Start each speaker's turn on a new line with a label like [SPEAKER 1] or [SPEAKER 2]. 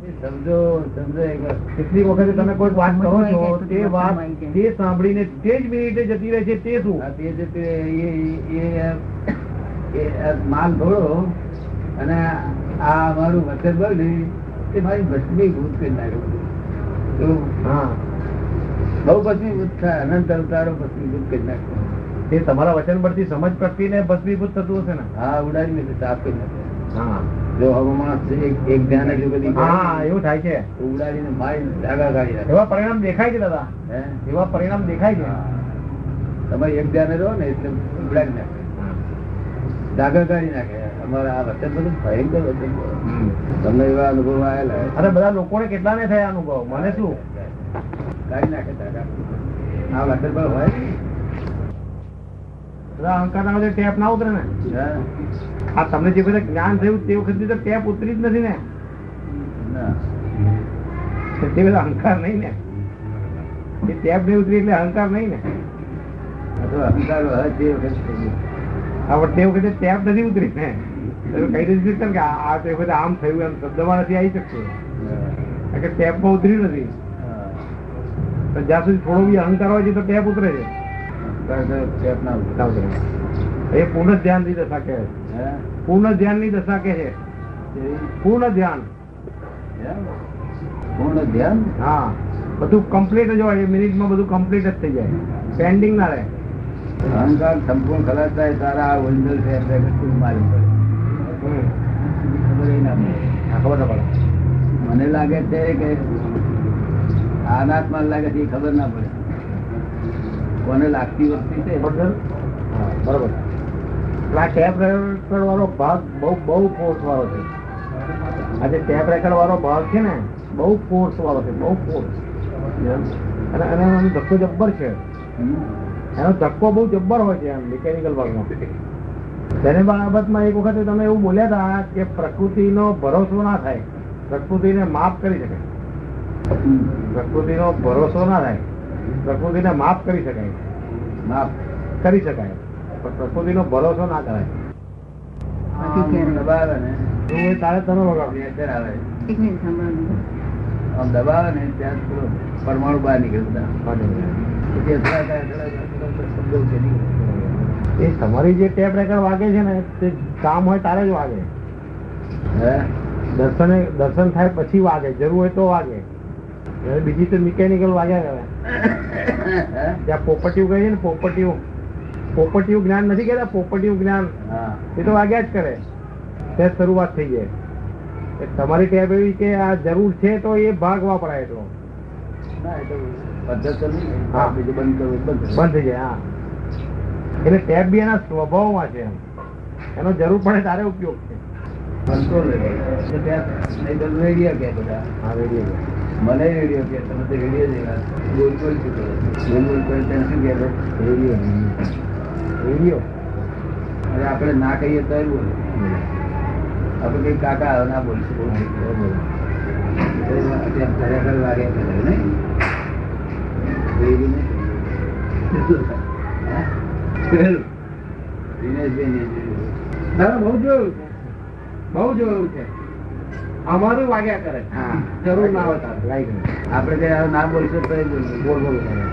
[SPEAKER 1] સમજો સમજો એક વાત. કેટલી વખતે તમે કોઈ વાત કરો છો તે વાત તે સાંભળીને તે જ મિનિટે જતી રહે છે તે શું
[SPEAKER 2] આ તે જે તે એ- એ- એ આ માલ ઢોળો અને આ અમારું વચન બોલ ને તે મારી ભસ્મીભૂત કરી નાખ્યું તો
[SPEAKER 1] હા
[SPEAKER 2] બહુ ભસ્મીભૂત થાય અનંત અવતારો ભસ્મીભૂત કરી નાખ્યો
[SPEAKER 1] તે તમારા વચન પરથી સમજ પ્રત્યેને ભસ્મીભૂત થતું હશે ને
[SPEAKER 2] હા ઉડાડી મેં સાફ કરી નાખ્યો
[SPEAKER 1] હા
[SPEAKER 2] જો હવે માણસ છે, એક એક ધ્યાન એટલું બધી
[SPEAKER 1] હા એવું થાય છે
[SPEAKER 2] તો ઉડાડીને મારી ધાગા કાઢી નાખે
[SPEAKER 1] એવા પરિણામ દેખાય છે દાદા
[SPEAKER 2] હે
[SPEAKER 1] એવા પરિણામ દેખાય છે
[SPEAKER 2] તમે એક ધ્યાને રહો ને એટલે ઉડાડી નાખે ધાગા કાઢી નાખે અમારા આ વચન બધું ભયંકર વચન બોલો. તમને એવા અનુભવ આવેલા હશે?
[SPEAKER 1] અરે બધા લોકોને કેટલા ને થયા અનુભવ મને શું
[SPEAKER 2] કાઢી નાખે દાદા. આ વાતર પર હોય ને?
[SPEAKER 1] બધા અહંકાર ના વખતે ટેપ ના ઉતરે ને
[SPEAKER 2] હા?
[SPEAKER 1] આ તમને જે વખતે જ્ઞાન થયું તે વખતે તો ટેપ ઉતરી જ નથી ને
[SPEAKER 2] ના.
[SPEAKER 1] તે વખતે અહંકાર નહીં ને એ ટેપ નહીં ઉતરી એટલે અહંકાર નહીં ને
[SPEAKER 2] આ તો અહંકાર હોય તે વખત થઈ ગયો.
[SPEAKER 1] આ વખતે તે વખતે ટેપ નથી ઉતરી ને તમે કહી દીધું છે ને કે આ આ તે વખતે આમ થયું એમ શબ્દમાં નથી આવી શકતું કારણ કે ટેપમાં ઉતરી નથી
[SPEAKER 2] હા.
[SPEAKER 1] તો જ્યાં સુધી થોડો બી અહંકાર હોય છે તો ટેપ ઉતરે છે
[SPEAKER 2] અહંકાર તો ચેપ ના ઉતરે.
[SPEAKER 1] ના ઉતરે. એ પૂર્ણ ધ્યાન ની દશા કહે છે.
[SPEAKER 2] હે?
[SPEAKER 1] પૂર્ણ ધ્યાન ની દશા કહે છે
[SPEAKER 2] તે
[SPEAKER 1] પૂર્ણ ધ્યાન
[SPEAKER 2] ધ્યાન? પૂર્ણ ધ્યાન
[SPEAKER 1] હા બધું કમ્પ્લીટ જ હોય એ મિનિટમાં બધું કમ્પ્લીટ જ થઈ જાય પેન્ડિંગ ના રહે
[SPEAKER 2] અહંકાર સંપૂર્ણ ખલાસ થાય તારા આ ઓરિજિનલ છે એમ લાગે તું મારી પડે. ખબર ય ના પડે.
[SPEAKER 1] હા, ખબર ના પડે
[SPEAKER 2] મને લાગે છે કે આ અનાત્મા લાગે છે એ ખબર ના પડે કોને લાગતી વસ્તી છે
[SPEAKER 1] બરોબર? હા, બરોબર એટલે આ ટેપ રેકોર્ડ વાળો ભાગ બહુ બહુ ફોર્સ વાળો છે આ જે ટેપ રેકોર્ડ વાળો ભાગ છે ને બહુ ફોર્સ વાળો છે બહુ ફોર્સ અને અને એનો ધક્કો જબ્બર છે
[SPEAKER 2] હમ.
[SPEAKER 1] એનો ધક્કો બહુ જબ્બર હોય છે એમ મિકેનિકલ ભાગમાં તેને બાબતમાં એક વખતે તમે એવું બોલ્યા હતા કે પ્રકૃતિનો ભરોસો ના થાય પ્રકૃતિને માફ કરી શકાય પ્રકૃતિનો ભરોસો ના થાય પ્રકૃતિને માફ કરી શકાય
[SPEAKER 2] માફ.
[SPEAKER 1] કરી શકાય પણ પ્રકૃતિનો ભરોસો ના કરાય
[SPEAKER 2] આમ દબાવે ને
[SPEAKER 1] તું એ તારે તમે વગાડો
[SPEAKER 2] પ્રેશર આવે
[SPEAKER 3] એક મિનિટ સાંભળવાનું
[SPEAKER 2] આમ દબાવે ને ત્યાં થોડો પરમાણુ બહાર નીકળે બધા. પછી અથડાય, અથડાય, અથડાય, અથડાય, શબ્દો ઉઠે, નીકળે.
[SPEAKER 1] એ તમારી જે ટેપ રેકર્ડ વાગે છે ને તે કામ હોય તારે જ વાગે
[SPEAKER 2] હે?
[SPEAKER 1] દર્શને દર્શન થાય પછી વાગે જરૂર હોય તો વાગે જ્યારે બીજી તો મિકેનિકલ વાગ્યા કરે
[SPEAKER 2] હે?
[SPEAKER 1] જ્યાં પોપટીયું કહે છે ને પોપટીયું પોપટીયું જ્ઞાન નથી કહેતા પોપટીયું જ્ઞાન
[SPEAKER 2] હા.
[SPEAKER 1] એ તો વાગ્યા જ કરે તે શરૂઆત થઈ જાય એ તમારી ટેપ એવી કે આ જરૂર છે તો એ ભાગ વાપરાય એટલો
[SPEAKER 2] ના, એ તો પદ્ધત તો નહીં.
[SPEAKER 1] હા.
[SPEAKER 2] બીજું બંધ કરવું તો બંધ
[SPEAKER 1] બંધ થઈ જાય હા એટલે ટેપ બી એના સ્વભાવમાં છે એમ એનો જરૂર પડે તારે ઉપયોગ છે
[SPEAKER 2] કંટ્રોલ રહેવો. તો ત્યાં નહીં તો રેડિયો કહે બધા
[SPEAKER 1] હા રેડિયો
[SPEAKER 2] મને રેડિયો કહે તમે તો રેડિયો જેવા બોલ બોલ શું કરો બોલ બોલ કરે ત્યારે શું કહે છે?
[SPEAKER 1] રેડિયો રેડિયો
[SPEAKER 2] અરે આપણે ના કહીએ તો બોલે આપણે કઈ કાકા હવે ના બોલશું બહુ થઈ ગયું. દિનેશભાઈ
[SPEAKER 1] દાદા બહુ જોયું છે બહુ જોયું છે અમારું વાગ્યા કરે
[SPEAKER 2] હા.
[SPEAKER 1] જરૂર ના હોય તારે.
[SPEAKER 2] આપણે કઈ હવે ના બોલશું તો એ બોલશું.
[SPEAKER 1] બોલ બોલ કરે.